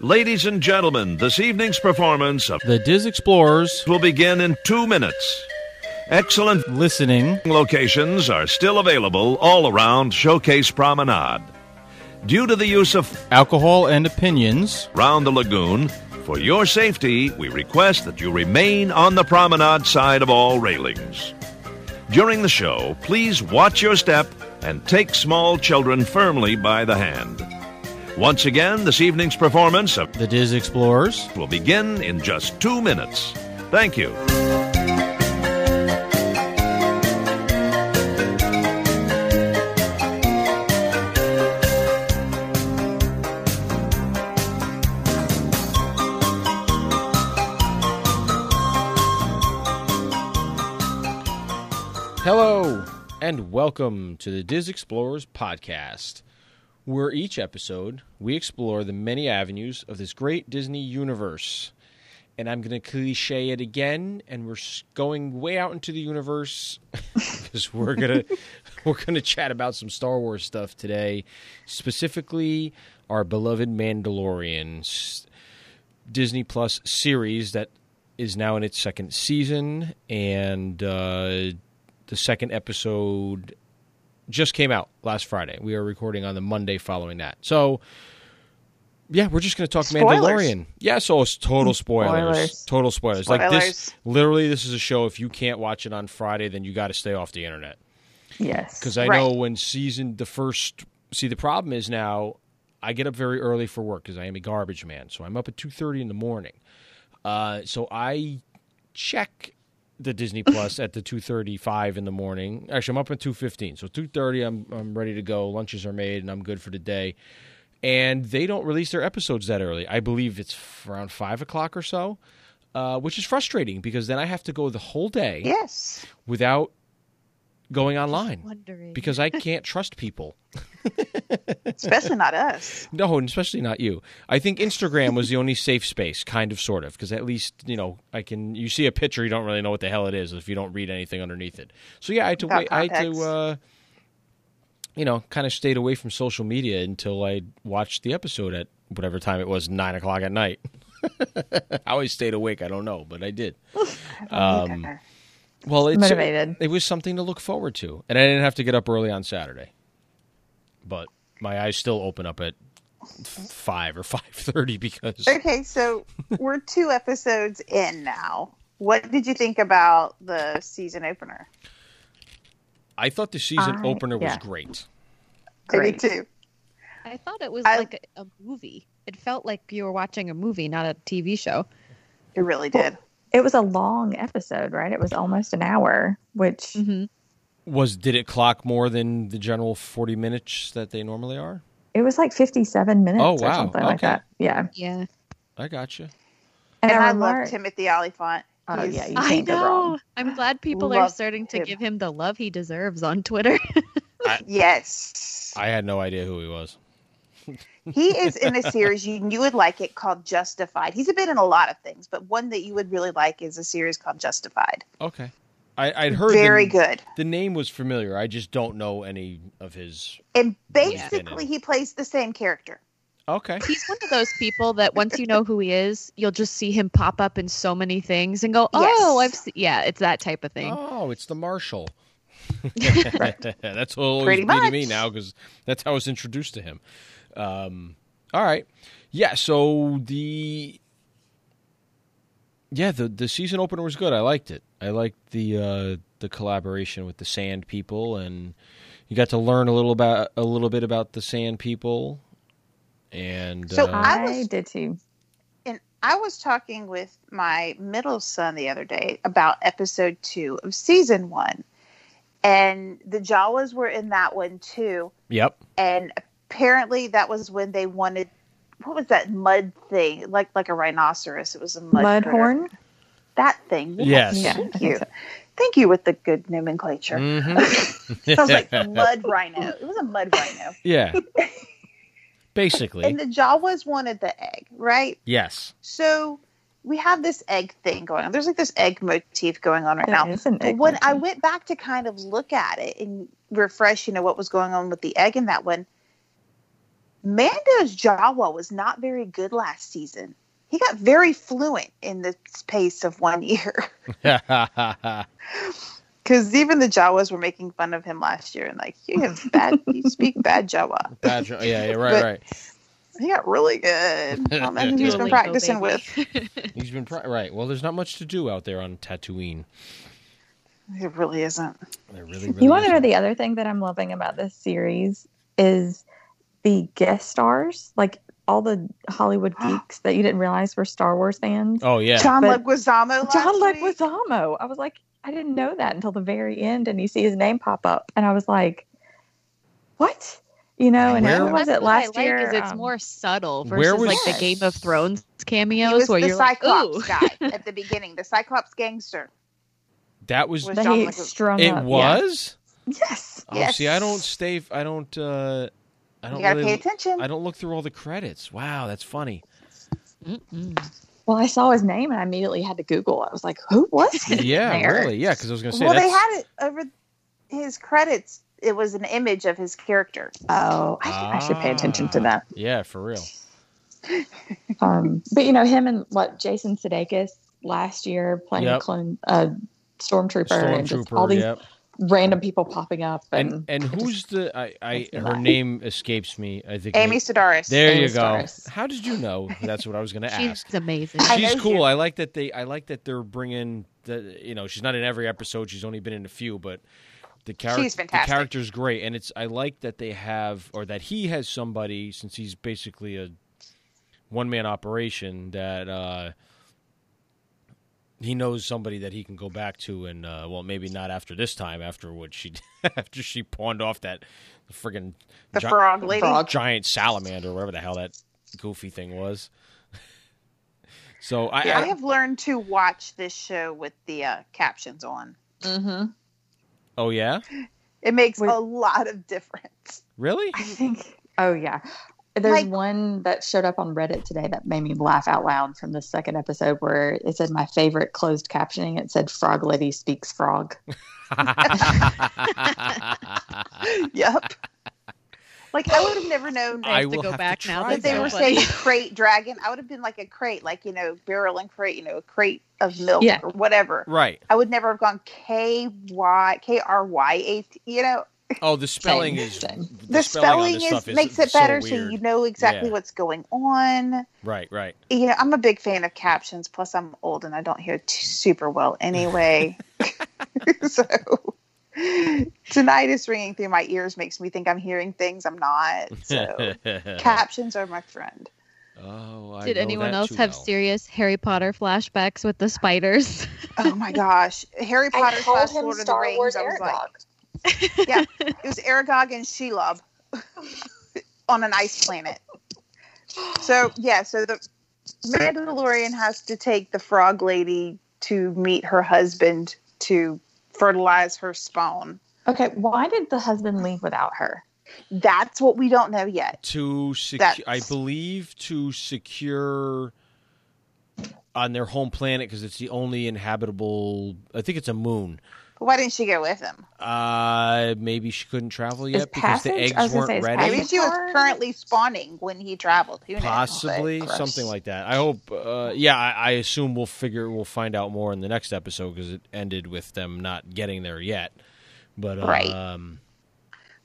Ladies and gentlemen, this evening's performance of The Diz Explorers will begin in two minutes. Excellent listening. locations are still available all around Showcase Promenade. Due to the use of Alcohol and opinions. round the lagoon, for your safety, we request that you remain on the promenade side of all railings. During the show, please watch your step and take small children firmly by the hand. Once again, this evening's performance of The Diz Explorers. will begin in just two minutes. Thank you. Hello and welcome to the Diz Explorers podcast, where each episode we explore the many avenues of this great Disney universe. And I'm going to cliche it again, and we're s- going way out into the universe because we're gonna we're gonna chat about some Star Wars stuff today, specifically our beloved Mandalorian s- Disney Plus series that is now in its second season, and uh, the second episode just came out last Friday. We are recording on the Monday following that, so. Yeah, we're just going to talk Spoilers. Mm. Mandalorian. Yeah, so it's total spoilers. Spoilers. Total spoilers. Like this Spoilers. literally this is a show if you can't watch it on Friday then you got to stay off the internet. Yes. Because I Right. know when season the first. See, the problem is now I get up very early for work because I am a garbage man, so I'm up at two thirty in the morning. Uh, so I check the Disney Plus at the two thirty five in the morning. Actually, I'm up at two fifteen, so two thirty. I'm I'm ready to go. Lunches are made, and I'm good for the day. And they don't release their episodes that early. I believe it's around five o'clock or so, uh, which is frustrating because then I have to go the whole day Yes. without going online wondering. because I can't trust people. Especially not us. No, and especially not you. I think Instagram was the only safe space, kind of, sort of, because at least you know I can. You see a picture, you don't really know what the hell it is if you don't read anything underneath it. So yeah, I had to Got wait. I had to, context. uh, you know, kind of stayed away from social media until I watched the episode at whatever time it was, nine o'clock at night. How I stayed awake, I don't know, but I did. Um, Well, it's, Motivated. It was something to look forward to, and I didn't have to get up early on Saturday. But my eyes still open up at f- five or five thirty because okay, so we're two episodes in now. What did you think about the season opener? I thought the season I- opener was yeah. great. I Great. did too. I thought it was I- like a, a movie. It felt like you were watching a movie, not a TV show. It really did. it was a long episode, right? It was almost an hour, which Mm. Mm-hmm. Was did it clock more than the general forty minutes that they normally are? it was like 57 minutes Oh, or wow. something like Okay. that. Yeah. Yeah, I got you. And, I, love remarked- Timothy Olyphant. Oh, He's- yeah, you- I can't go wrong. know. I'm glad people are Love starting to him. give him the love he deserves on Twitter. Yes. I had no idea who he was. he is in a series you you would like it called Justified. He's been in a lot of things, but one that you would really like is a series called Justified. Okay, I, I'd heard Very the, good. The name was familiar. I just don't know any of his. And been in. basically he plays the same character. Okay, He's one of those people that once you know who he is, you'll just see him pop up in so many things and go, Yes. "Oh, I've se-. yeah." It's that type of thing. Oh, it's the marshal. that's what it'll always Pretty be to me much. now because that's how I was introduced to him. Um, all right, yeah. So the yeah the the season opener was good. I liked it. I liked the uh, the collaboration with the Sand People, and you got to learn a little about a little bit about the Sand People. And So uh, I I, was- did too. And I was talking with my middle son the other day about episode two of season one. And the Jawas were in that one too. yep, And apparently that was when they wanted what was that mud thing? Like like a rhinoceros. It was a mud critter. Mudhorn? That thing. yes, Yeah. I Thank think you. Thank you with the good nomenclature. Mhm. I was like mud rhino. It was a mud rhino. yeah, basically, And the Jawas wanted the egg, right? yes. So we have this egg thing going on. There's like this egg motif going on right There now. is an But egg when I motif. went back to kind of look at it and refresh, you know, what was going on with the egg in that one, Mando's Jawa was not very good last season. He got very fluent in the space of one year because even the Jawas were making fun of him last year and like you have bad, you speak bad Jawa. Bad jo- yeah, yeah, right, But- right. He got really good. I don't know who he's been Duolingo, practicing baby. with. He's been pri- right. Well, there's not much to do out there on Tatooine. It really isn't. There really, really You want to know isn't. the other thing that I'm loving about this series is the guest stars, like all the Hollywood geeks that you didn't realize were Star Wars fans. Oh yeah, John But- Leguizamo. John last week? Leguizamo. I was like, I didn't know that until the very end, and you see his name pop up, and I was like, what? You know, and Where- who was it That's what I last like year? Is it's um, more subtle versus where was- like the Game of Thrones He cameos was where the you're Cyclops like, ooh. guy at the beginning, the Cyclops gangster. that was Was that John he Legu- strung it. up. Was Yeah. Yes. oh, see, I don't stay. I don't. uh I You don't gotta really. pay attention. I don't look through all the credits. Wow, that's funny. Mm-mm. Well, I saw his name and I immediately had to Google. I was like, who was he? Yeah, there? really. Yeah, because I was gonna say well, they that's had it over his credits. It was an image of his character. Oh, I, I should pay attention Ah. to that. yeah for real. Um, but you know him and what Jason Sudeikis last year playing Yep. a clone, uh, stormtrooper, and just all Stormtrooper. these Yep. random people popping up. And, And and who's the? I, I it's her not- name escapes me. I think Amy it- Sedaris. There Amy you go. Sedaris. How did you know? That's what I was gonna ask. She's amazing. I she's know cool. you. I like that they. I like that they're bringing the. You know, she's not in every episode. She's only been in a few, but the character. She's The fantastic. character's great, and it's. I like that they have, or that he has somebody, since he's basically a one man operation. That uh he knows somebody that he can go back to, and uh well, maybe not after this time. After what she, after she pawned off that friggin' the gi- frog lady. giant salamander, whatever the hell that goofy thing was. So I, I I- have learned to watch this show with the uh, captions on. Mhm. oh yeah, It makes Wait. a lot of difference. really? I think. Oh yeah. There's Like- one that showed up on Reddit today that made me laugh out loud from the second episode where it said my favorite closed captioning. It said "Frog Lady speaks frog." I Yep. like I would have never known I have will to go have back to now try that if they know were that. what- saying crate dragon. I would have been like a crate, like you know, barrel and crate, you know, a crate of milk Yeah. or whatever. right. I would never have gone K Y K R Y A T. You know, Oh, the spelling is Same. the, spelling, on the, spelling this is, stuff is makes it so better, so weird. you know exactly Yeah. what's going on. Right, right. You know, I'm a big fan of captions. Plus, I'm old and I don't hear t- super well anyway. so tinnitus ringing through my ears makes me think I'm hearing things I'm not. So captions are my friend. oh, I Did know anyone that else too have well. serious Harry Potter flashbacks with the spiders? Oh my gosh, Harry Potter slash Lord of the Rings. I was Aragog. like, yeah, it was Aragog and Shelob on an ice planet. So yeah, so the Mandalorian has to take the frog lady to meet her husband to fertilize her spawn. Okay, why did the husband leave without her? That's what we don't know yet. to secure, That's- I believe, to secure on their home planet because it's the only inhabitable. I think it's a moon. But why didn't she go with him? Uh, maybe she couldn't travel Is yet because the passage- I eggs was gonna weren't say, is ready. Maybe passage- she was Hard. currently spawning when he traveled. Who knows? Possibly Gross. something like that. I hope. Uh, yeah, I, I assume we'll figure we'll find out more in the next episode because it ended with them not getting there yet. But um, Right.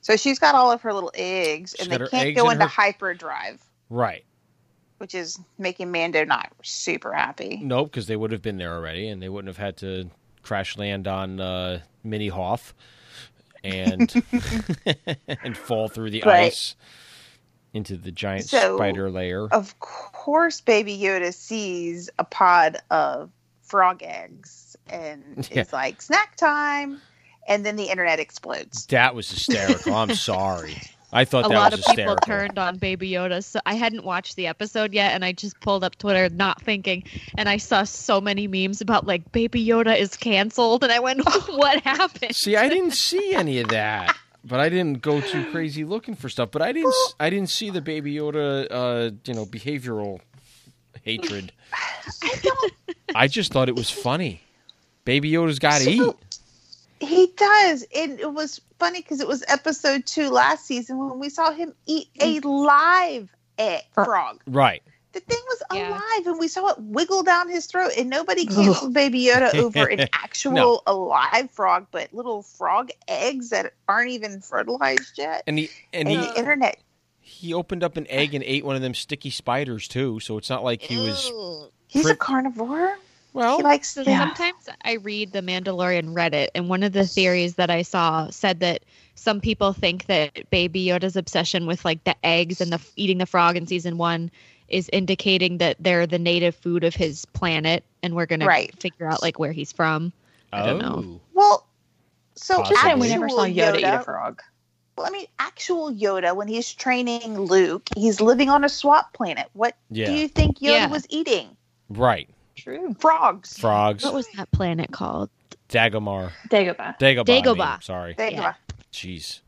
So she's got all of her little eggs, She's and got they her can't eggs go and into her- hyperdrive, right. which is making Mando not super happy. Nope, because they would have been there already, and they wouldn't have had to crash land on uh, Minnie Hoff and and fall through the Right. ice into the giant So- spider layer. Of course, Baby Yoda sees a pod of frog eggs and Yeah. is like, snack time. And then the internet explodes. That was hysterical. I'm sorry. I thought a that lot was of hysterical. people turned on Baby Yoda. So I hadn't watched the episode yet, and I just pulled up Twitter, not thinking, and I saw so many memes about like Baby Yoda is canceled, and I went, "What happened?" See, I didn't see any of that, but I didn't go too crazy looking for stuff. But I didn't, s- I didn't see the Baby Yoda, uh, you know, behavioral hatred. I just thought it was funny. Baby Yoda's got to So- eat. He He does. And it was funny because it was episode two last season when we saw him eat a live egg, Uh, frog. Right. The thing was Yeah. alive and we saw it wiggle down his throat and nobody canceled Baby Yoda over an actual alive frog, but little frog eggs that aren't even fertilized yet. And he and And, he the internet. he opened up an egg and ate one of them sticky spiders too. So it's not like he was He's a Pret- carnivore. he well. likes So yeah. sometimes I read the Mandalorian Reddit, and one of the theories that I saw said that some people think that Baby Yoda's obsession with like the eggs and the eating the frog in season one is indicating that they're the native food of his planet, and we're gonna Right. figure out like where he's from. I don't know. Oh, Well, so Just Just saying, saying, actual we never saw Yoda, eat a Yoda frog. Well, I mean, actual Yoda, when he's training Luke, he's living on a swamp planet. What do Yeah. you think Yoda Yeah. was eating? Right. True. Frogs. Frogs. What was that planet called? Dagomar. Dagobah. Dagobah. I mean, Dagobah. sorry. There you Yeah. are. Jeez.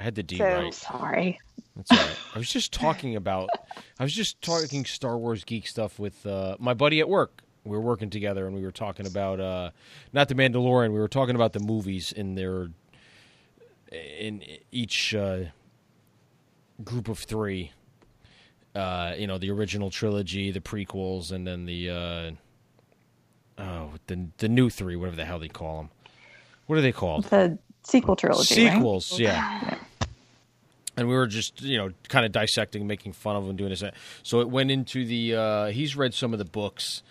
I had the D So- right. Sorry. That's all right. I was just talking about. I was just talking Star Wars geek stuff with uh, my buddy at work. We were working together, and we were talking about uh, not the Mandalorian. We were talking about the movies in their in each uh, group of three. Uh, you know, the original trilogy, the prequels, and then the uh, oh, the the new three, whatever the hell they call them. What are they called? The sequel trilogy. right? sequels, yeah. And we were just, you know, kind of dissecting, making fun of him, doing this. that. So it went into the. Uh, he's read some of the books,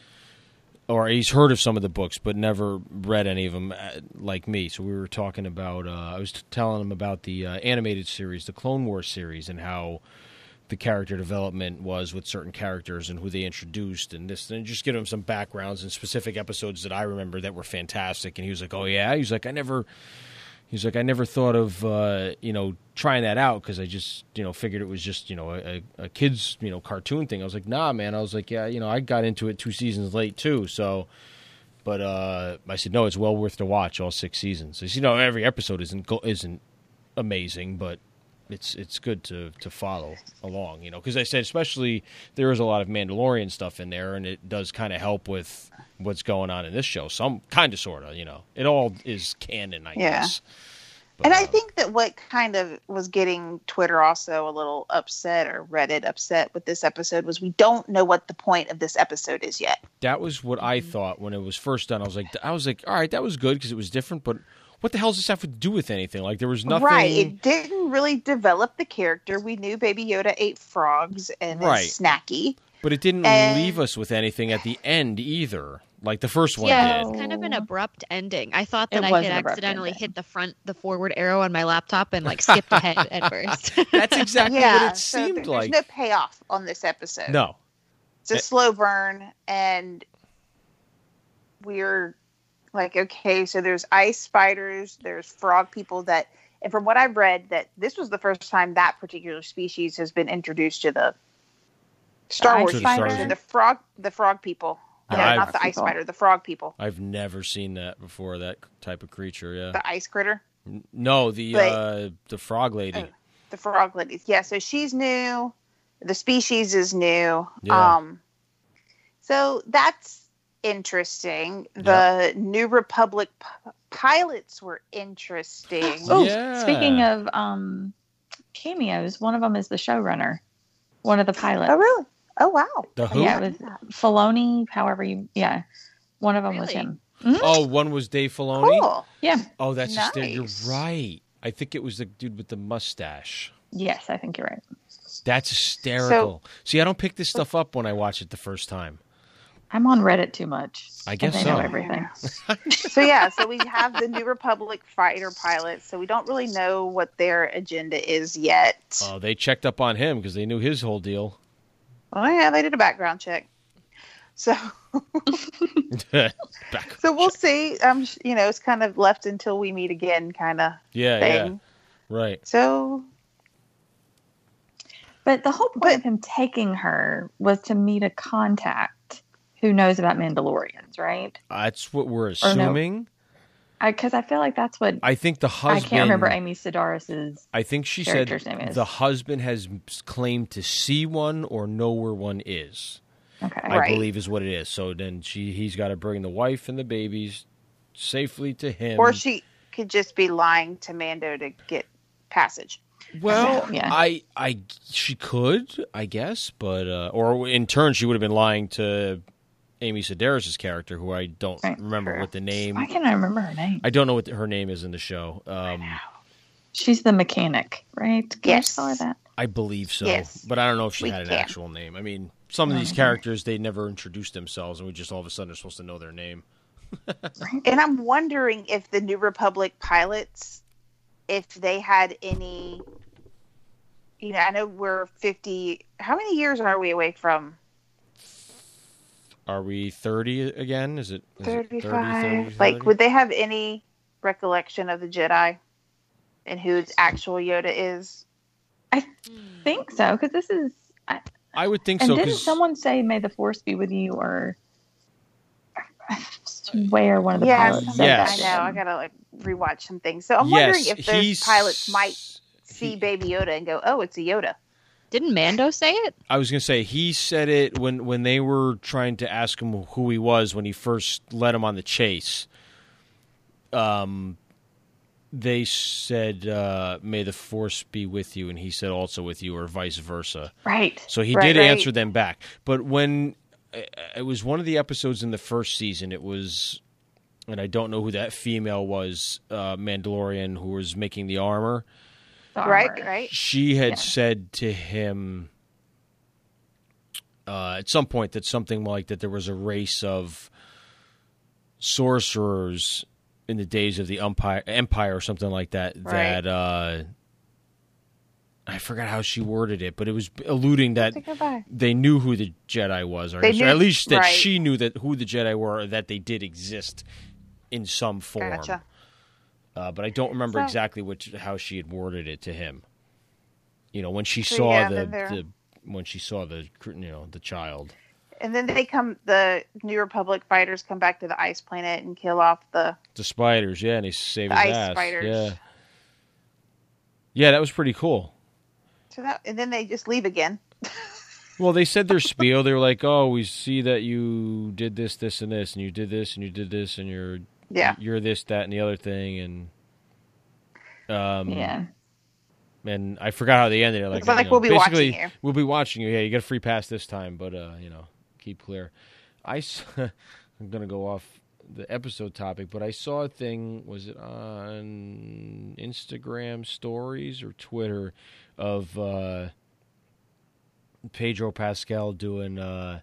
or he's heard of some of the books, but never read any of them, uh, like me. So we were talking about. Uh, I was t- telling him about the uh, animated series, the Clone Wars series, and how the character development was with certain characters and who they introduced and this and just give him some backgrounds and specific episodes that I remember that were fantastic and he was like oh yeah he's like I never he's like I never thought of uh, you know trying that out because I just you know figured it was just you know a, a a kids you know cartoon thing I was like nah man I was like yeah you know I got into it two seasons late too so but uh, I said no it's well worth to watch all six seasons He said, you know every episode isn't go- isn't amazing but it's it's good to to follow along, you know, because I said especially there is a lot of Mandalorian stuff in there, and it does kind of help with what's going on in this show. Some kind of sort of, you know, it all is canon, I Yeah. guess. But, And I uh, think that what kind of was getting Twitter also a little upset or Reddit upset with this episode was we don't know what the point of this episode is yet. that was what I Mm-hmm. thought when it was first done. I was like, I was like, all right, that was good because it was different, but what the hell does this have to do with anything? Like there was nothing. Right. It didn't really develop the character. We knew Baby Yoda ate frogs and is Right. snacky. But it didn't And- leave us with anything at the end either, like the first one yeah, it did. was kind of an abrupt ending. I thought It that I was had an abrupt accidentally ending. hit the front, the forward arrow on my laptop, and like skipped ahead at first. That's exactly yeah. what it so seemed there's like. no payoff on this episode. no, it's a It- slow burn and we're like okay so there's ice spiders there's frog people that and from what i've read that this was the first time that particular species has been introduced to the star ice wars To the spiders Star Uh, and the frog the frog people No, no, I've- not the ice People. spider the frog people I've never seen that before. That type of creature. Yeah. the ice critter N- No, the But- uh, the frog lady. Oh. the frog ladies. Yeah, so she's new. The species is new. Yeah. Um so that's interesting. The New Republic p- pilots were interesting. Oh. Oh, Yeah. speaking of um, cameos, one of them is the showrunner, one of the pilots. Oh, really? Oh wow. the who? Yeah, it was Filoni, however you. Yeah, one of them was Really? him. Oh, one was Dave Filoni. Cool. Yeah. Oh, that's just it. You're Nice. right. I think it was the dude with the mustache. Yes, I think you're right. That's hysterical. See, I don't pick this stuff up when I watch it the first time. I'm on Reddit too much. I and guess they so. know everything. so yeah, so we have the New Republic fighter pilots. So we don't really know what their agenda is yet. Oh, they checked up on him because they knew his whole deal. oh yeah, they did a background check. So Back. so we'll see. Um you know, it's kind of left until we meet again kind of Yeah, thing. yeah. Right. So But the whole point But- of him taking her was to meet a contact who knows about Mandalorians, right? That's what we're no. assuming. Because I, feel like that's what I, I think the husband. can't remember Amy Sedaris's. I think she said character's name is. the husband has claimed to see one or know where one is. Okay, I Right. believe is what it is. So then she he's got to bring the wife and the babies safely to him. or she could just be lying to Mando to get passage. Well, Yeah. I, I, she could, I guess, but uh, or in turn, she would have been lying to Amy Sedaris's character, who I don't Right. remember what the name. Why can't I remember her name? I don't know what her name is in the show. Um, She's the mechanic, right? Can I just Yes. call her that? I believe so, Yes. but I don't know if she We had an can. actual name. I mean, some of these characters they never introduced themselves, and we just all of a sudden are supposed to know their name. And I'm wondering if the New Republic pilots, if they had any, you know, I know we're 50. How many years are we away from? Are we thirty again? Is it is it 30, 35. 30, Like, 30? would they have any recollection of the Jedi and who its actual Yoda is? Think so, because this is. I, I would think and so. didn't 'cause- someone say, "May the Force be with you"? Or where one of the yeah, pilots? something said Yes. I that. know. I gotta like rewatch some things. So I'm yes, wondering if those he's- pilots might see he- Baby Yoda and go, "Oh, it's a Yoda." Didn't Mando say it? I was gonna say he said it when when they were trying to ask him who he was when he first led him on the chase. Um, they said, uh, "May the force be with you," and he said, "Also with you," or vice versa. Right. So he Right, did right. answer them back. But when uh, it was one of the episodes in the first season, it was, and I don't know who that female was, uh, Mandalorian who was making the armor The Right, armor. right. she had Yeah. said to him uh, at some point that something like that there was a race of sorcerers in the days of the umpire empire or something like that Right. that uh, I forgot how she worded it, but it was alluding that Say goodbye. they knew who the Jedi was, or They so knew- at least that right. she knew that who the Jedi were, or that they did exist in some form. Gotcha. Uh, but I don't remember So- exactly which how she had worded it to him. You know, when she So, saw yeah, the, then they're- the when she saw the cr- you know the child. And then they come, the New Republic fighters come back to the ice planet and kill off the. The spiders, yeah, and he saved The his ice ass. spiders. Yeah. Yeah, that was pretty cool. So that, and then they just leave again. Well, they said their spiel. They were like, "Oh, we see that you did this, this, and this, and you did this, and you did this, and you're Yeah. you're this, that, and the other thing." And um, Yeah. and I forgot how they ended it. Like, It's like, you know, we'll be watching basically, you. We'll be watching you. Yeah, you get a free pass this time, but uh, you know, keep clear. I s- I'm gonna go off the episode topic, but I saw a thing. Was it on Instagram stories or Twitter of uh, Pedro Pascal doing uh,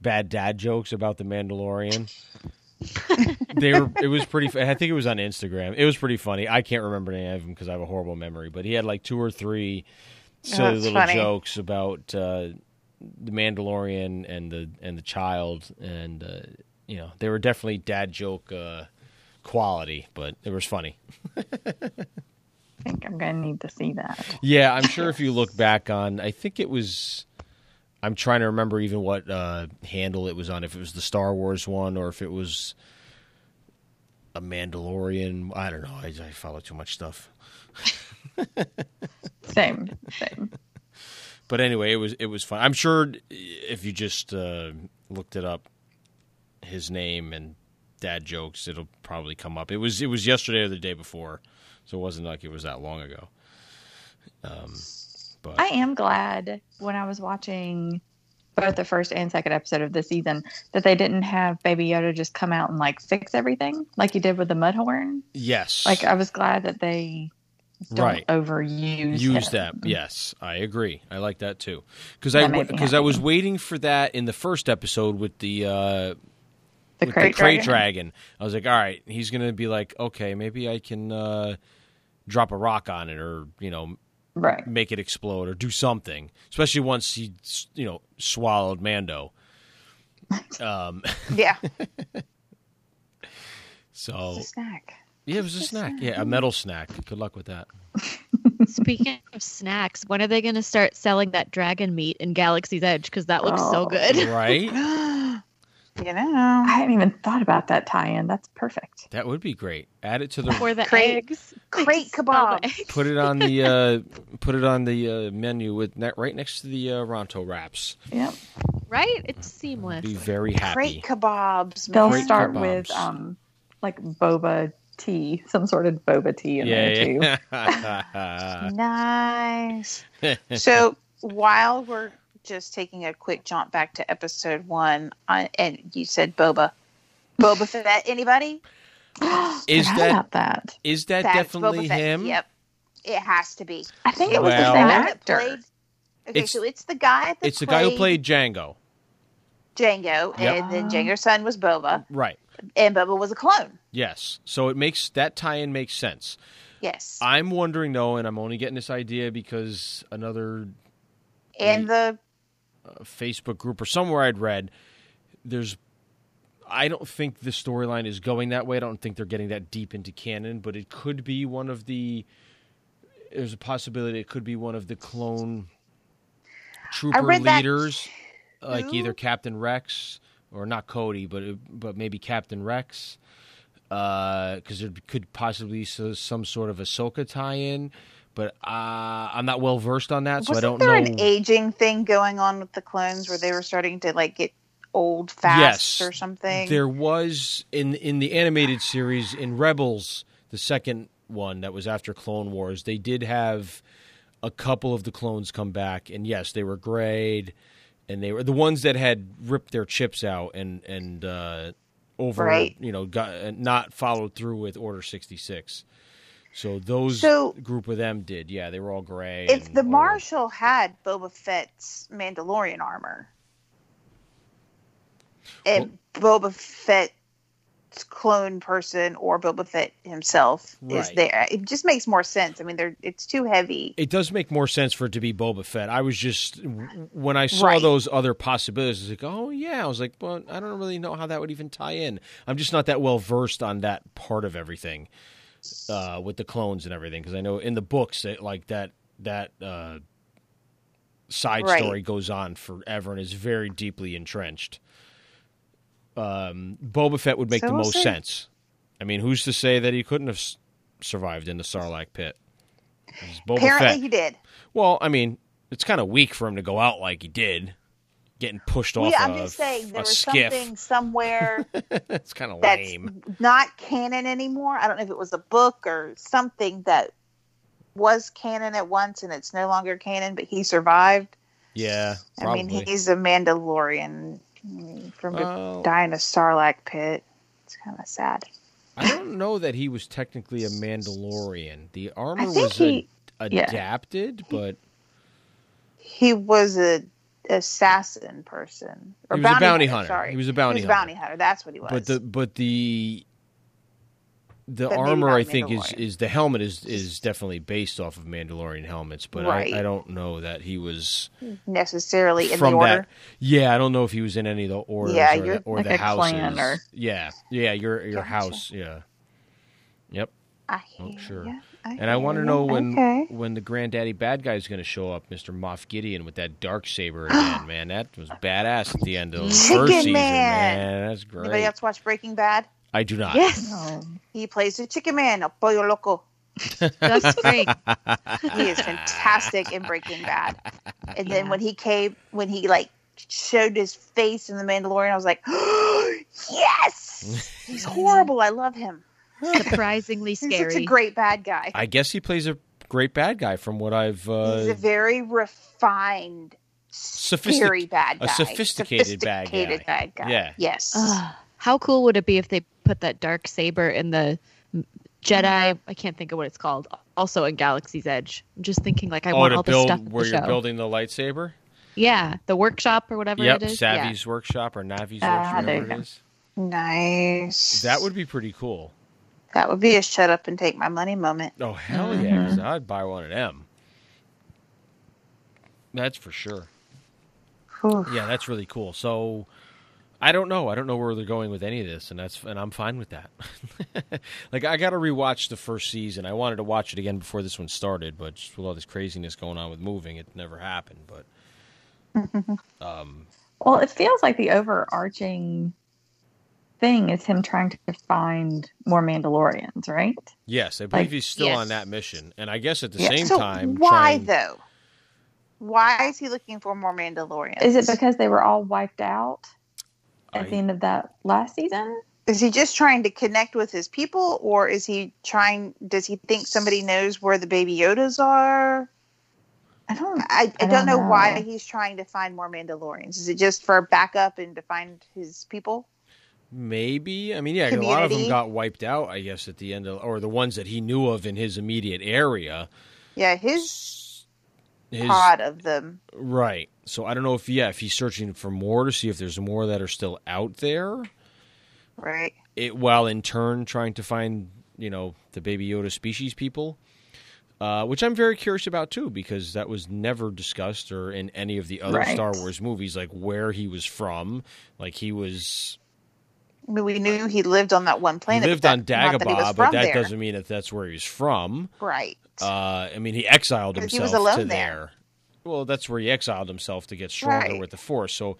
bad dad jokes about the Mandalorian? they were. It was pretty. fu- I think it was on Instagram. It was pretty funny. I can't remember any of them because I have a horrible memory. But he had like two or three silly that's little funny. jokes about uh, the Mandalorian and the and the child, and uh, you know they were definitely dad joke uh, quality, but it was funny. I think I'm gonna need to see that. Yeah, I'm sure if you look back on, I think it was. I'm trying to remember even what uh, handle it was on. If it was the Star Wars one, or if it was a Mandalorian. I don't know. I, I follow too much stuff. Same. Same. But anyway, it was it was fun. I'm sure if you just uh, looked it up, his name and dad jokes, it'll probably come up. It was it was yesterday or the day before, so it wasn't like it was that long ago. Um, but I am glad when I was watching both the first and second episode of the season that they didn't have Baby Yoda just come out and like fix everything like he did with the Mudhorn. yes, Like I was glad that they don't Right. overuse use him. that. Yes, I agree. I like that too because That I made me because I happy. was waiting for that in the first episode with the uh, the with the crate crate dragon. dragon. I was like, all right, he's gonna be like, okay, maybe I can uh, drop a rock on it or you know Right. make it explode or do something. Especially once he s- you know swallowed Mando. Um, Yeah. so It's a snack. yeah, it was a snack. Yeah, a metal snack. Good luck with that. Speaking of snacks, when are they going to start selling that dragon meat in Galaxy's Edge? Because that looks so Oh. good. Right. you know. I hadn't even thought about that tie-in. That's perfect. That would be great. Add it to the Or the Crate- eggs. crate They sell kebab. the eggs. Put it on the uh, put it on the uh, menu with ne- right next to the uh, Ronto wraps. Yep. Right? It's seamless. Be very happy. Crate kebabs. They'll man. start kebabs. with um like boba tea, some sort of boba tea in there too. Yeah, yeah. Nice. so while we're just taking a quick jaunt back to episode one, I, and you said Boba, Boba Fett. Anybody? Is Forgot that- about that? Is that That's definitely Boba Fett. him? Yep. It has to be. I think it was Well- the The same guy that actor. played- Okay, It's- so it's the guy that It's the guy who played Django. Yep. Django, and then Django's son was Boba, Right. and Boba was a clone. Yes. So it makes that tie-in makes sense. Yes, I'm wondering though, and I'm only getting this idea because another and the a Facebook group or somewhere I'd read, there's I don't think the storyline is going that way. I don't think they're getting that deep into canon, but it could be one of the there's a possibility it could be one of the clone trooper read that leaders like too. either Captain Rex or not Cody, but but maybe Captain Rex. Because there could possibly be so- some sort of Ahsoka tie-in, but uh, I'm not well versed on that, so I wasn't don't there know. an aging thing going on with the clones where they were starting to like get old Yes. fast or something? There was in in the animated series in Rebels, the second one that was after Clone Wars, they did have a couple of the clones come back, and yes, they were grayed, and they were the ones that had ripped their chips out and and uh, over Right. you know got, and not followed through with Order sixty six. So those So- group of them did, yeah, they were all gray. if and the old. Marshal had Boba Fett's Mandalorian armor, and Boba Fett's clone person or Boba Fett himself is Right. there, it just makes more sense. I mean, they're it's too heavy. It does make more sense for it to be Boba Fett. I was just when I saw Right. those other possibilities, I was like, oh yeah. I was like, well, I don't really know how that would even tie in. I'm just not that well versed on that part of everything uh, with the clones and everything because I know in the books that like that that uh, side Right. story goes on forever and is very deeply entrenched. Um, Boba Fett would make So the we'll most see. sense. I mean, who's to say that he couldn't have s- survived in the Sarlacc pit? He's Boba Apparently, Fett. he did. Well, I mean, it's kind of weak for him to go out like he did, getting pushed off. Yeah, I'm a- just saying there a was skiff. something somewhere That's kind of that's lame. not canon anymore. I don't know if it was a book or something that was canon at once and it's no longer canon, but he survived. Yeah, I probably. Oh. mean, he's a Mandalorian mm, from Well, a dying a Sarlacc pit. It's kind of sad. I don't know that he was technically a Mandalorian. The armor I think was he- ad- yeah. adapted, but He was a assassin person. he was a bounty hunter. Sorry. He was a bounty a hunter. bounty hunter. That's what he was. But the but the the But maybe armor, not I think, is, Mandalorian. is the helmet is is definitely based off of Mandalorian helmets. But Right. I, I don't know that he was necessarily in from the that. order. Yeah, I don't know if he was in any of the orders Yeah, or, you're the, or like the a houses. clan or- Yeah, yeah, your your Gotcha. house. Yeah. Yep. I hear Oh, sure. ya. And I want to hear know ya. when Okay. when the granddaddy bad guy is going to show up, Mister Moff Gideon, with that dark saber again, man. That was badass at the end of the Chicken first season, Man. man. That's Anybody great. else watch Breaking Bad? I do not. Yes, Oh, He plays the Chicken Man, El Pollo Loco. that's great. He is fantastic in Breaking Bad. And then when he came, when he like showed his face in The Mandalorian, I was like, yes, he's horrible. I love him. Surprisingly He's scary. such a great bad guy. I guess he plays a great bad guy from what I've he's a uh, very refined, Sophistic- scary bad a guy. sophisticated bad guy. Sophisticated bad guy. Yeah. Yes. Ugh. how cool would it be if they put that dark saber in the Jedi? I can't think of what it's called. Also in Galaxy's Edge. I'm just thinking like I oh want to all this build stuff. in where the you're show. building the lightsaber. Yeah, the workshop or whatever Yep, it is. Yeah. Savvy's workshop or Navi's Ah, workshop. there you whatever it go. is. Nice. That would be pretty cool. that would be a shut up and take my money moment. Oh hell yeah! 'cause I'd buy one of them. That's for sure. Whew. Yeah, that's really cool. So, I don't know. I don't know where they're going with any of this, and that's and I'm fine with that. like I got to rewatch the first season. I wanted to watch it again before this one started, but just with all this craziness going on with moving, it never happened. But um, Well, it feels like the overarching thing is him trying to find more Mandalorians, right? yes, I believe Like, he's still on yes. that mission. And I guess at the Yeah. same so time, why trying- though? Why is he looking for more Mandalorians? Is it because they were all wiped out at I- the end of that last season? Is he just trying to connect with his people, or is he trying? Does he think somebody knows where the baby Yodas are? I don't. I, I, I don't, don't know, know. why he's trying to find more Mandalorians. Is it just for backup and to find his people? Maybe. I mean, yeah, a lot of them Community. got wiped out, I guess, at the end of, or the ones that he knew of in his immediate area. Yeah, his, His- pod of them. right. So I don't know if, yeah, if he's searching for more to see if there's more that are still out there, Right. it, while in turn trying to find, you know, the Baby Yoda species people, uh, which I'm very curious about too, because that was never discussed or in any of the other Right. Star Wars movies, like where he was from. Like he was I mean, we knew he lived on that one planet. He lived but on that- not Dagobah, that he was but from that there. doesn't mean that that's where he was from. Right. Uh, I mean, he exiled 'Cause himself he was to alone there. Well, that's where he exiled himself to get stronger Right. with the Force. So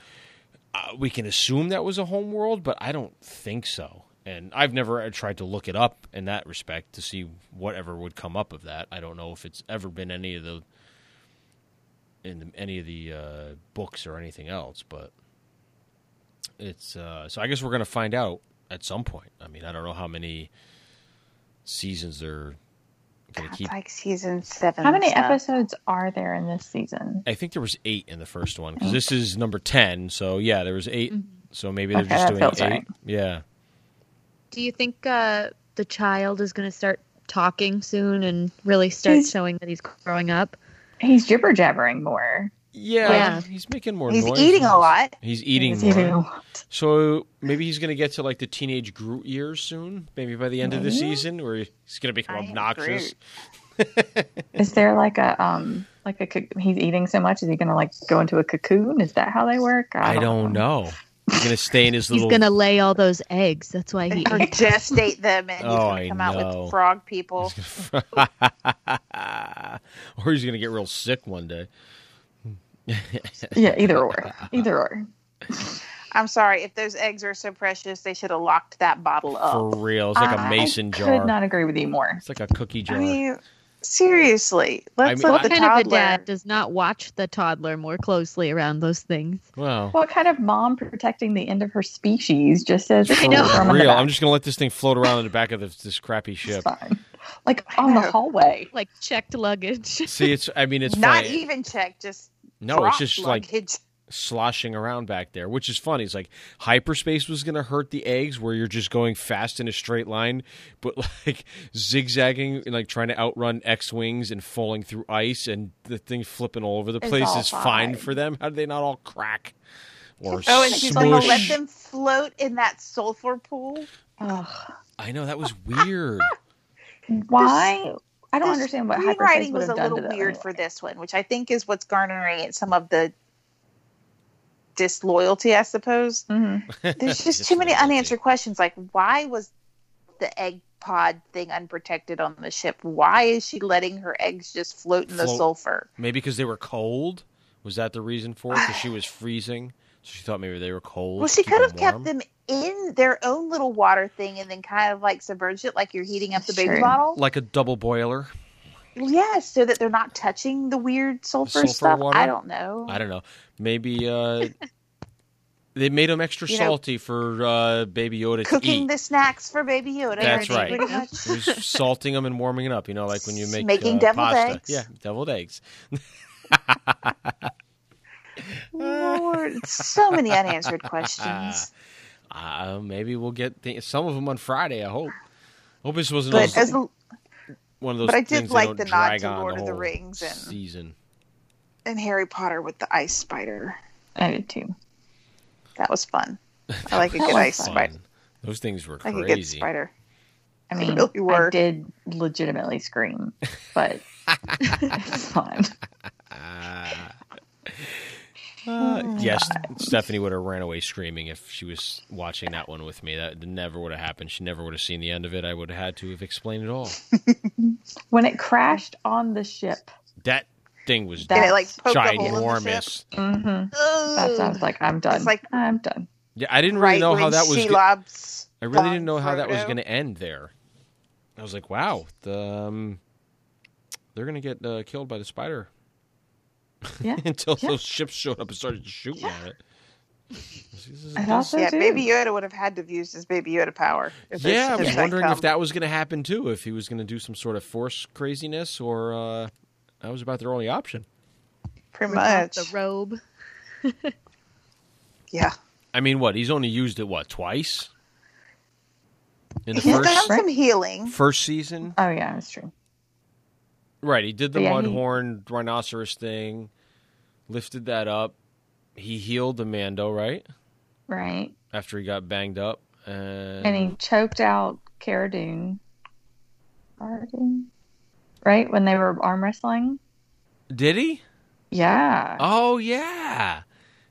uh, we can assume that was a home world, but I don't think so. And I've never uh, tried to look it up in that respect to see whatever would come up of that. I don't know if it's ever been any of the in the, any of the uh, books or anything else, but it's uh, so I guess we're gonna find out at some point. I mean, I don't know how many seasons they're gonna keep. It's like season seven. How many so- episodes are there in this season? I think there was eight in the first one because this is number ten. So yeah, there was 8 So maybe they're Okay, just that doing feels eight. right. Yeah, Do you think uh, the child is going to start talking soon and really start He's- showing that he's growing up? He's jibber jabbering more. yeah, Yeah. He's making more. He's noise eating than a this. lot. He's eating He's more. eating- So maybe he's going to get to like the teenage Groot years soon. Maybe by the end of the Maybe. season, where he's going to become I am obnoxious. Is there like a um like a coc- he's eating so much? Is he gonna like go into a cocoon? Is that how they work? I don't know. He's going to stay in his He's little. going to lay all those eggs. That's why he. Or gestate them and he's Oh, going I to come out know. with frog people. he's gonna- or he's going to get real sick one day. Yeah, either or, either or. I'm sorry. If those eggs are so precious, they should have locked that bottle For up. real, it's like a I mason Could jar. not agree with you more. It's like a cookie jar. I mean, seriously. Let's mean, let What the kind toddler. of a dad does not watch the toddler more closely around those things? wow. What kind of mom protecting the end of her species just says I know. "Throw 'em For in the real, back." I'm just going to let this thing float around in the back of this, this crappy It's ship. fine. Like I on the know. hallway. Like checked luggage. See, it's. I mean, it's Not funny. even check. Just no, drop it's just like luggage. sloshing around back there, which is funny. It's like hyperspace was going to hurt the eggs where you're just going fast in a straight line, but like zigzagging and like trying to outrun X Wings and falling through ice and the thing flipping all over the It's place all is fine fine. for them. How do they not all crack? Or Oh, and she's like, smoosh? let them float in that sulfur pool. Ugh. I know that was weird. Why? I don't This understand what hyperspace Rewriting would was a have done little to weird them. for this one, which I think is what's garnering it some of the disloyalty, I suppose. hmm There's just too many unanswered questions. Like, why was the egg pod thing unprotected on the ship? Why is she letting her eggs just float in the Float. sulfur? Maybe because they were cold. Was that the reason for it? Because she was freezing, so she thought maybe they were cold. Well, to she keep could have warm. kept them in their own little water thing and then kind of like submerged it, like you're heating up the That's baby true. bottle. like a double boiler. Yes, so that they're not touching the weird sulfur, sulfur stuff. water? I don't know. I don't know. Maybe uh, they made them extra You know, salty for uh, Baby Yoda to Cooking eat. the snacks for Baby Yoda. E. That's aren't they, right. Pretty much. It was salting them and warming it up. You know, like when you make Making uh, deviled pasta. eggs. Yeah, deviled eggs. Lord, so many unanswered questions. Uh, maybe we'll get th- some of them on Friday. I hope. Hope this wasn't But those, as one of those. but I did things they like don't the nod drag to on Lord the of the whole Rings and- season. in Harry Potter with the ice spider, I did too. that was fun. I like a That good was ice fun. spider. Those things were Like crazy. a good spider. I They mean, really were. I did legitimately scream, but it's fine. Ah. Uh, yes, Stephanie would have ran away screaming if she was watching that one with me. That never would have happened. She never would have seen the end of it. I would have had to have explained it all. When it crashed on the ship, That thing was That- and it like poked a hole in the ship. ginormous. hmm Ugh. that's I was like, I'm done. It's like- I'm done. Yeah, I didn't really Right know how when that was. go- Shelob's I really didn't bond know how that was Frodo. going to end there. I was like, wow, the, um, they're going to get uh, killed by the spider Yeah. until Yeah. those ships showed up and started shooting at it. I thought so yeah, too. Baby Yoda would have had to have used his Baby Yoda power. if it's- Yeah, I if was that wondering um, come. if that was going to happen too, if he was going to do some sort of force craziness, or uh, that was about their only option. pretty Rip off much. the robe. Yeah, I mean, what? He's only used it, what, twice? In the he's first, done some healing. first season? Oh yeah, that's true. Right, he did the Yeah, one he- horned rhinoceros thing, lifted that up. He healed the Mando, right? Right. After he got banged up. And, And he choked out Cara Dune. Cara Dune? Right? When they were arm wrestling? Did he? Yeah. Oh, yeah.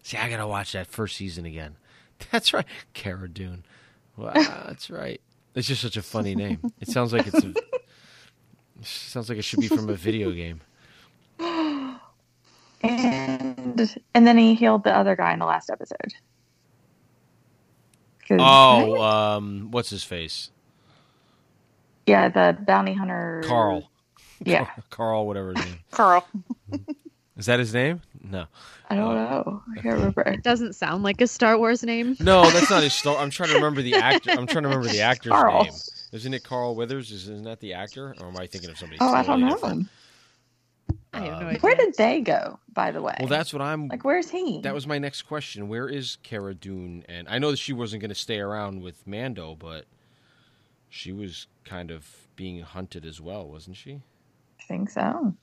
See, I got to watch that first season again. That's right. Cara Dune. Wow, that's right. It's just such a funny name. It sounds like it's a, it sounds like it should be from a video game. And and then he healed the other guy in the last episode. 'Cause- Oh, um, what's his face? Yeah, the bounty hunter. Carl. Yeah. Carl, whatever his name. Carl. Is that his name? No. I Oh. don't know. I can't remember. Doesn't sound like a Star Wars name. No, that's not his star. I'm trying to remember the actor. I'm trying to remember the actor's Carl. name. Isn't it Carl Withers? Is- Isn't that the actor? Or am I thinking of somebody? Oh, I don't totally know different? him. I have no Um, idea. Where did they go, by the way? Well, that's what I'm. like, where's he? That was my next question. Where is Cara Dune? And I know that she wasn't going to stay around with Mando, but she was kind of being hunted as well, wasn't she? I think so.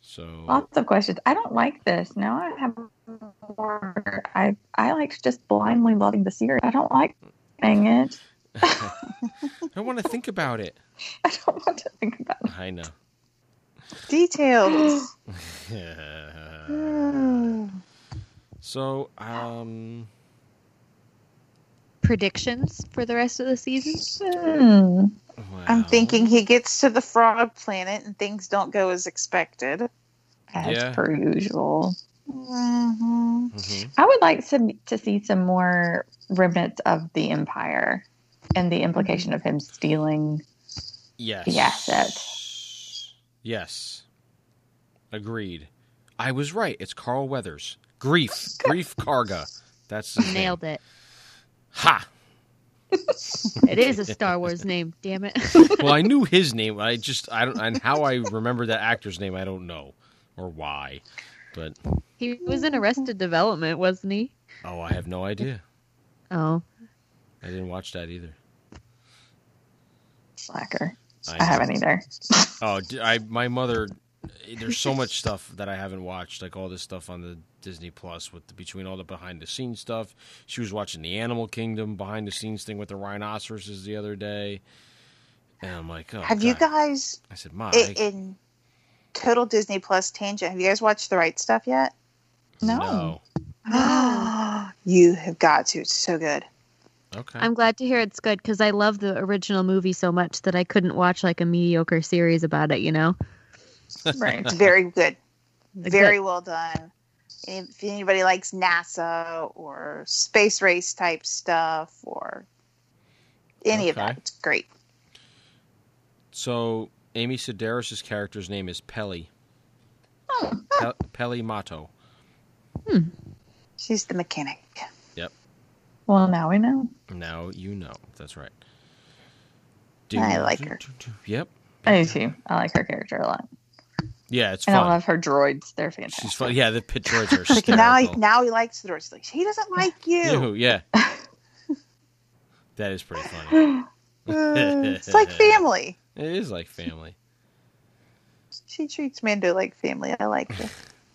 So Lots of questions. I don't like this. Now I have more. I I liked just blindly loving the series. I don't like dang it. I want to think about it. I don't want to think about it. I know. Details. so, um, Predictions for the rest of the season? Hmm. I'm wow. thinking he gets to the frog planet and things don't go as expected. As Yeah. per usual. hmm Mhm. I would like some to see some more remnants of the Empire and the implication of him stealing. Yes. The asset. Yes. Agreed. I was right. It's Carl Weathers. Grief. Grief Karga. That's his name. Nailed it. Ha. It is a Star Wars name. Damn it. Well, I knew his name. I just I don't and how I remember that actor's name. I don't know or why, but he was in Arrested Development, wasn't he? oh, I have no idea. Oh, I didn't watch that either. Slacker. I, I, haven't either. Oh, d- I my mother. There's so much stuff that I haven't watched, like all this stuff on the Disney Plus with the, between all the behind the scenes stuff. She was watching the Animal Kingdom behind the scenes thing with the rhinoceroses the other day, and I'm like, oh, Have you God. guys I said, my i in total Disney Plus tangent? Have you guys watched The Right Stuff yet? No. no, you have got to. It's so good. okay, I'm glad to hear it's good because I love the original movie so much that I couldn't watch like a mediocre series about it, you know? Right. It's very good. Like Very that- well done. And If anybody likes NASA or space race type stuff or any of Okay. that, it's great. So Amy Sedaris' character's name is Pelly. Oh. Pe- Pelly Mato. She's the mechanic. Well, now we know. Now you know. That's right. I like her. Yep. I do too. I like her character a lot, Yeah, it's and I fun. love her droids. They're fantastic. She's fun. Yeah, the pit droids are Like now, he- hysterical. now he likes the doors. Like, he doesn't like you. Yoo-hoo, yeah. that is pretty funny. it's like family. It is like family. She treats Mando like family. I like her.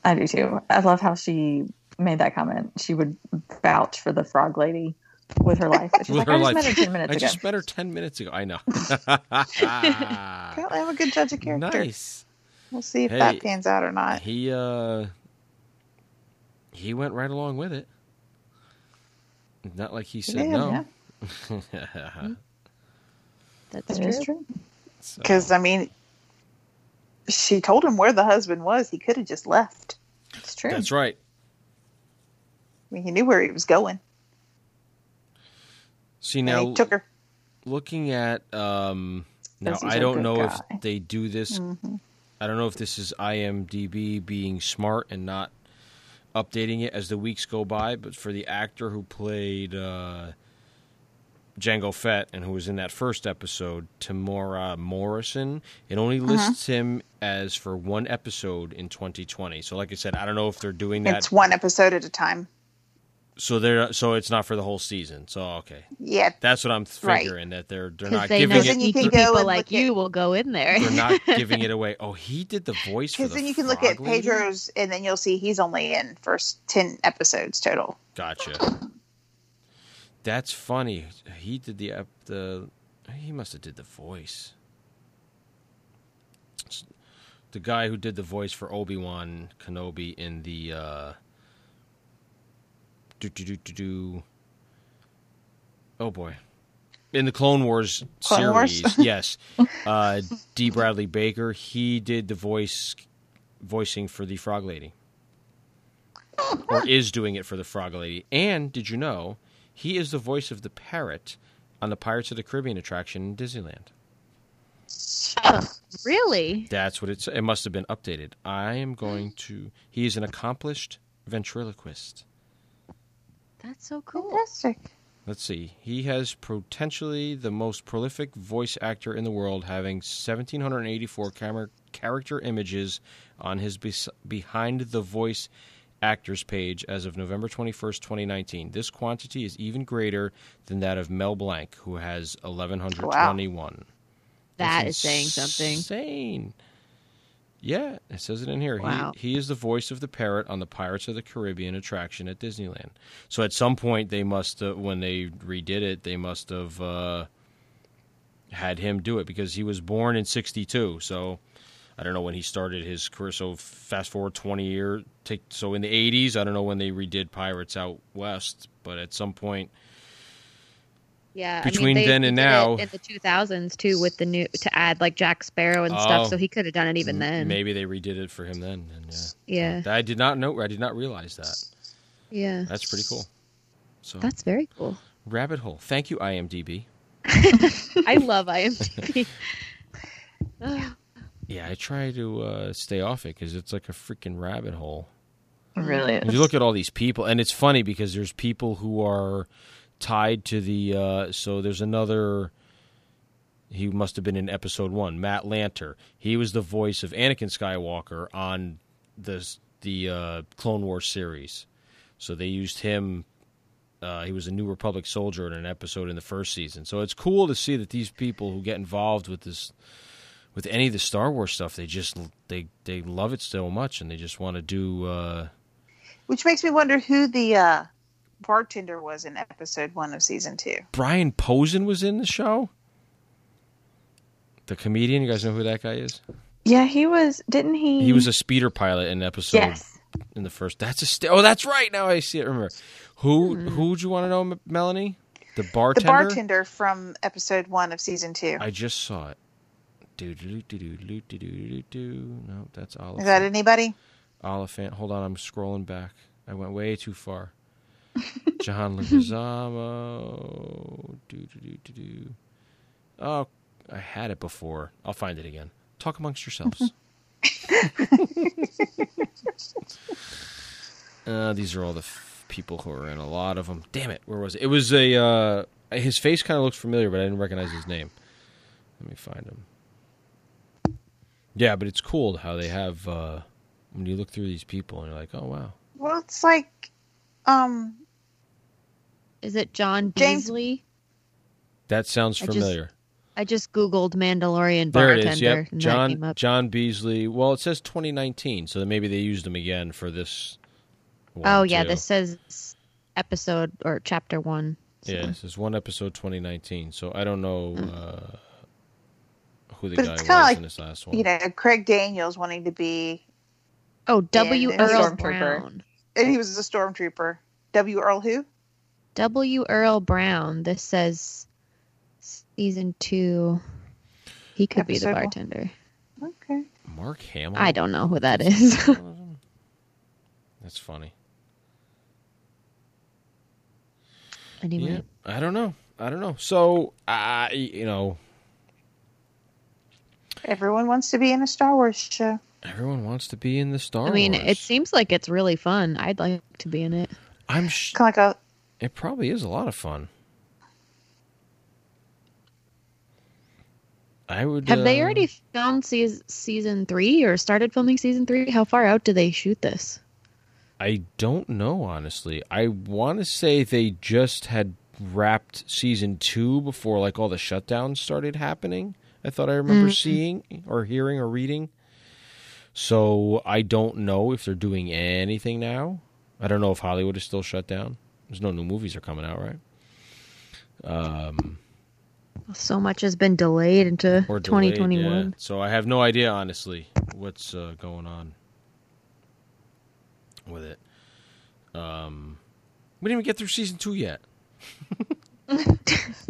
I do too. I love how she made that comment. She would vouch for the frog lady with her life. She's With like, her I just life. met her ten minutes I ago. just met her ten minutes ago. I know. Apparently, I'm a good judge of character. nice. We'll see if Hey. that pans out or not. He uh he went right along with it. Not like he said did, no. That's That true. is true. So- Because I mean, she told him where the husband was. He could have just left. It's true. That's right. I mean, he knew where he was going. See and now, he took her. looking at um, now, Because he's I a don't good know guy. if they do this. I don't know if this is IMDb being smart and not updating it as the weeks go by. But for the actor who played uh, Django Fett and who was in that first episode, Tamora Morrison, it only lists him as for one episode in 2020. So, like I said, I don't know if they're doing that. It's one episode at a time. so they're so it's not for the whole season. So okay, Yeah. that's what I'm Right. figuring that they're they're because not they know giving Because then it. you can sneaky go people and like look at- you will go in there. They're not giving it away. Oh, he did the voice for Because the then you can look at frog lady? Pedro's, and then you'll see he's only in first ten episodes total. Gotcha. That's funny. He did the ep- the he must have did the voice. It's The guy who did the voice for Obi Wan Kenobi in the uh, do do do do do. Oh boy, in the Clone Wars Clone Wars? series, yes. Uh, D. Bradley Baker. He did the voice voicing for the Frog Lady or is doing it for the Frog Lady. And did you know he is the voice of the parrot on the Pirates of the Caribbean attraction in Disneyland? really? That's what it's. It must have been updated. I am going to. He is an accomplished ventriloquist. That's so cool. Fantastic. Let's see. He has potentially the most prolific voice actor in the world, having 1,784 camera character images on his bes- behind the voice actors page as of November 21st, 2019. This quantity is even greater than that of Mel Blanc, who has 1,121. That That's is saying something. Insane. Yeah, it says it in here. Wow. He, he is the voice of the parrot on the Pirates of the Caribbean attraction at Disneyland. So at some point, they must have, when they redid it, they must have uh, had him do it because he was born in 62. So I don't know when he started his career. So fast forward 20 years. Take, so in the 80s, I don't know when they redid Pirates Out West, but at some point, Yeah. Between I mean, they then and did it now- in the 2000s too, with the new to add like Jack Sparrow and stuff, Oh. so he could have done it even then. Eh. maybe they redid it for him then. And yeah. Yeah. I did not know. I did not realize that. Yeah. That's pretty cool. So That's very cool. rabbit hole. Thank you, IMDb. I love IMDb. Ugh. Yeah, I try to uh, stay off it because it's like a freaking rabbit hole. Really And is. you look at all these people, and it's funny because there's people who are tied to the. Uh, so there's another. He must have been in episode one. Matt Lanter. He was the voice of Anakin Skywalker on the the uh, Clone Wars series. So they used him. Uh, he was a New Republic soldier in an episode in the first season. So it's cool to see that these people who get involved with this, with any of the Star Wars stuff, they just they they love it so much and they just want to do. Uh, Which makes me wonder who the uh, bartender was in episode one of season two. Brian Posen was in the show. The comedian, you guys know who that guy is? Yeah, he was. Didn't he? He was a speeder pilot in episode Yes. in the first. That's a st- oh, that's right. Now I see it. Remember who? Mm-hmm. Who'd you want to know, M- Melanie? The The bartender. bartender from episode one of season two. I just saw it. Do do do do do do do do. No, that's Oliphant. Is that anybody? Oliphant. Hold on, I'm scrolling back. I went way too far. John Leguizamo. do do do do do. Oh, I had it before. I'll find it again. Talk amongst yourselves. uh, these are all the f- people who are in a lot of them. Damn it, where was it? It was a. Uh, his face kind of looked familiar, but I didn't recognize his name. Let me find him. Yeah, but it's cool how they have. Uh, when you look through these people and you're like, oh wow, Well, it's like, um, Is it John James- Beasley? that sounds I just- familiar. I just googled Mandalorian There bartender. it is. Yep, and that came John up. John Beasley. Well, it says 2019, so maybe they used him again for this. one, Oh yeah, too. this says episode or chapter one. so- Yeah, this is one episode 2019. So I don't know uh, who the Mm. But guy was it's kinda like, in this last one. you know, Craig Daniels wanting to be, Oh, W. and Earl Stormtrooper. Brown. and he was a stormtrooper. W. Earl who? W. Earl Brown. This says season two. He could be the Episode one. bartender. Okay. Mark Hamill. I don't know who that is. That's funny. anyway, Yeah, I don't know. I don't know. So I, you know, Everyone wants to be in a Star Wars show. Everyone wants to be in the Star I mean, Wars. it seems like it's really fun. I'd like to be in it. I'm. Sh- Kind of like a it probably is a lot of fun. I would. Have they uh, already filmed seas- season three or started filming season three? How far out do they shoot this? I don't know, honestly. I want to say they just had wrapped season two before like all the shutdowns started happening. I thought I remember seeing or hearing or reading. So I don't know if they're doing anything now. I don't know if Hollywood is still shut down. There's no new movies are coming out, right? So much has been delayed into Or delayed, 2021. yeah. So I have no idea, honestly, what's uh, going on with it. Um, we didn't even get through season two yet. But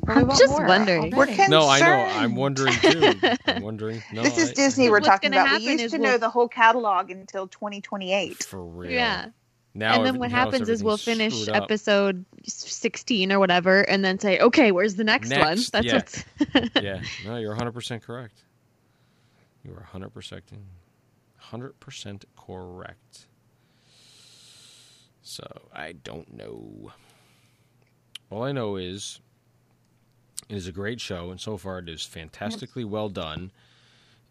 we I'm want just more wondering. we're already. concerned. No, I know. I'm wondering too. I'm wondering. No, this is I- Disney we're What's talking gonna about. We happen used is to we'll- know the whole catalog until 2028. for real. yeah. Now and then everything what else, happens is we'll everything's finish screwed up. episode 16 or whatever and then say okay where's the next, one Next, that's yeah. what's yeah. No, you're 100% correct. You are 100% 100% correct. So, I don't know. All I know is it is a great show and so far it is fantastically well done.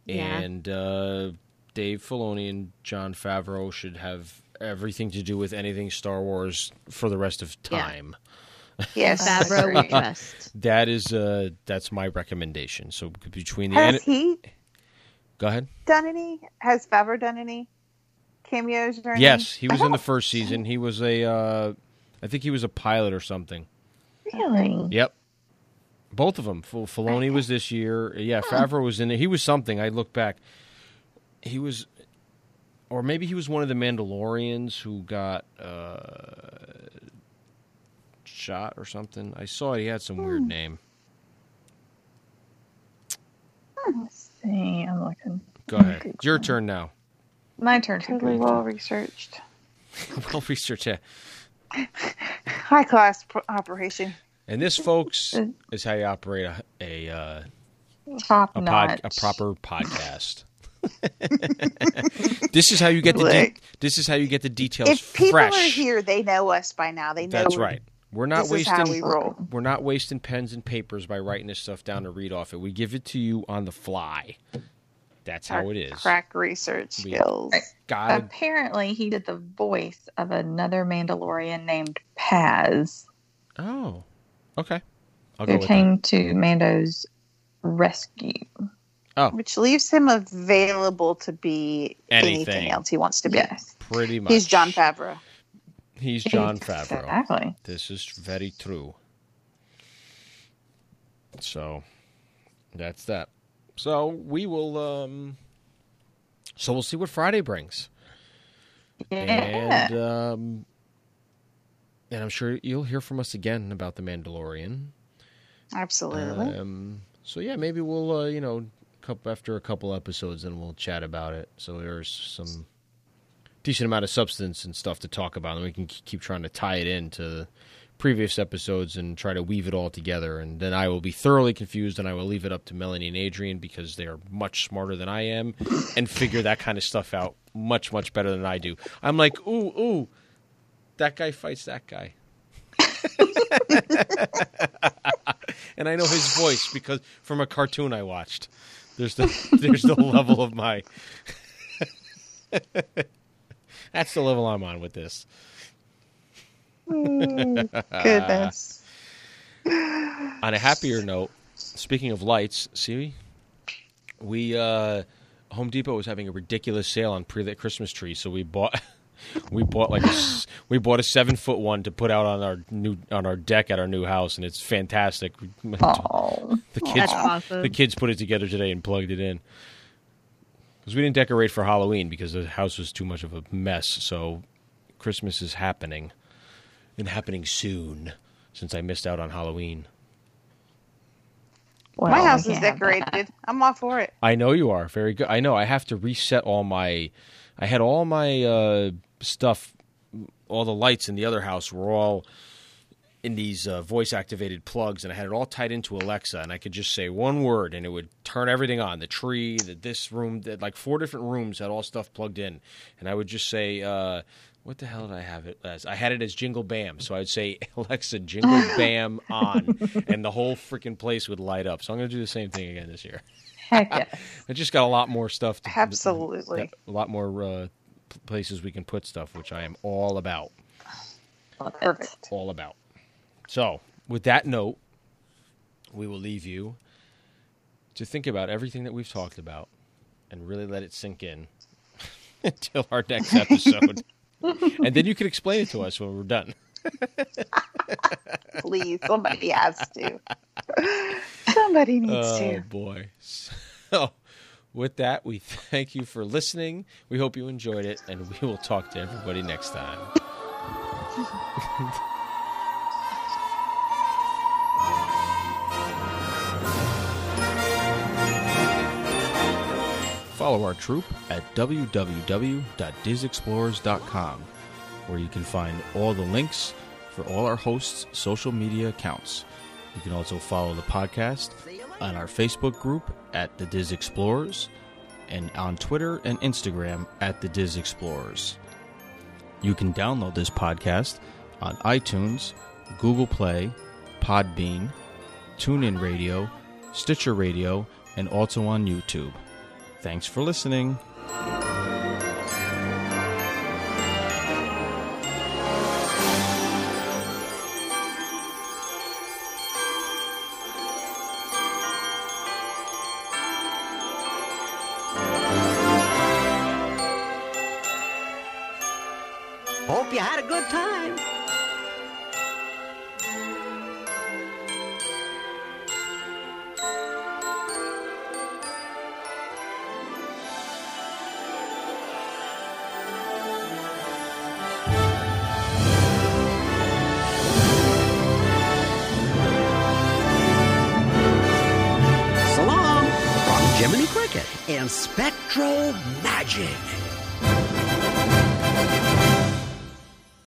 Yeah. And uh Dave Filoni and John Favreau should have everything to do with anything Star Wars for the rest of Yeah. time. Yes. Favreau will trust That is uh that's my recommendation. So between the Has he Go ahead. done any? Has Favreau done any cameos or anything? Yes, he was in the first season. He was a, uh, I think he was a pilot or something. Really? Yep. Both of them. F- Filoni was this year. Yeah, Favreau was in there. He was something. I look back. He was, or maybe he was one of the Mandalorians who got uh, shot or something. I saw he had some weird name. Let's see. I'm looking. Go ahead. It's your turn now. My turn. Totally well researched. well researched. yeah. High class pr- operation. And this, folks, is how you operate a a, uh, Top a, pod, notch. a proper podcast. this is how you get the de- Like- this is how you get the details if people fresh. are here, they know us by now. They know That's we- right. We're not this is wasting how we roll. we're not wasting pens and papers by writing this stuff down to read off it. We give it to you on the fly. That's how Our it is. Crack research We- skills. God, Apparently, he did the voice of another Mandalorian named Paz, oh, okay. I'll go who with that. came to Mando's rescue. Which leaves him available to be anything, Anything. else he wants to be. Yes. Pretty much. He's John Favreau. He's John Favreau. Exactly. This is very true. So that's that. So we will um so we'll see what Friday brings. Yeah. And um and I'm sure you'll hear from us again about the Mandalorian. Absolutely. Um so yeah, maybe we'll uh, you know coup after a couple episodes and we'll chat about it. So there's some decent amount of substance and stuff to talk about and we can k- keep trying to tie it into previous episodes and try to weave it all together and then I will be thoroughly confused and I will leave it up to Melanie and Adrian because they are much smarter than I am and figure that kind of stuff out much much better than I do. I'm like, "Ooh, ooh. That guy fights that guy." and I know his voice because from a cartoon I watched. There's the there's the level of my. That's the level I'm on with this. Uh, Goodness. On a happier note, speaking of lights, see, we uh, Home Depot was having a ridiculous sale on pre-lit Christmas trees, so we bought we bought like a s we bought a seven foot one to put out on our new on our deck at our new house, and it's fantastic. Oh, The that's kids awesome The kids put it together today and plugged it in. Because we didn't decorate for Halloween because the house was too much of a mess. So Christmas is happening and happening soon since I missed out on Halloween. well, My house we is can't have that. decorated. I'm all for it. I know you are. Very good. I know. I have to reset all my. I had all my uh, stuff. All the lights in the other house were all in these uh, voice activated plugs, and I had it all tied into Alexa, and I could just say one word, and it would turn everything on the tree, the, this room, the, like four different rooms had all stuff plugged in, and I would just say, uh, "What the hell did I have it as?" I had it as Jingle Bam, so I'd say, "Alexa, Jingle Bam on," and the whole freaking place would light up. So I'm gonna do the same thing again this year. Heck yeah. I just got a lot more stuff. To, Absolutely. a lot more uh, p- places we can put stuff, which I am all about, Love it. Perfect. all about. So, with that note, we will leave you to think about everything that we've talked about and really let it sink in until our next episode. and then you can explain it to us when we're done. Please, somebody has to. somebody needs Oh to. boy. So, with that, we thank you for listening. We hope you enjoyed it, and we will talk to everybody next time. Follow our troop at www.disexplorers.com, where you can find all the links for all our hosts' social media accounts. You can also follow the podcast on our Facebook group at The Diz Explorers and on Twitter and Instagram at The Diz Explorers. You can download this podcast on iTunes, Google Play, Podbean, TuneIn Radio, Stitcher Radio, and also on YouTube. Thanks for listening. Hope you had a good time. So long from Jiminy Cricket and Spectro Magic.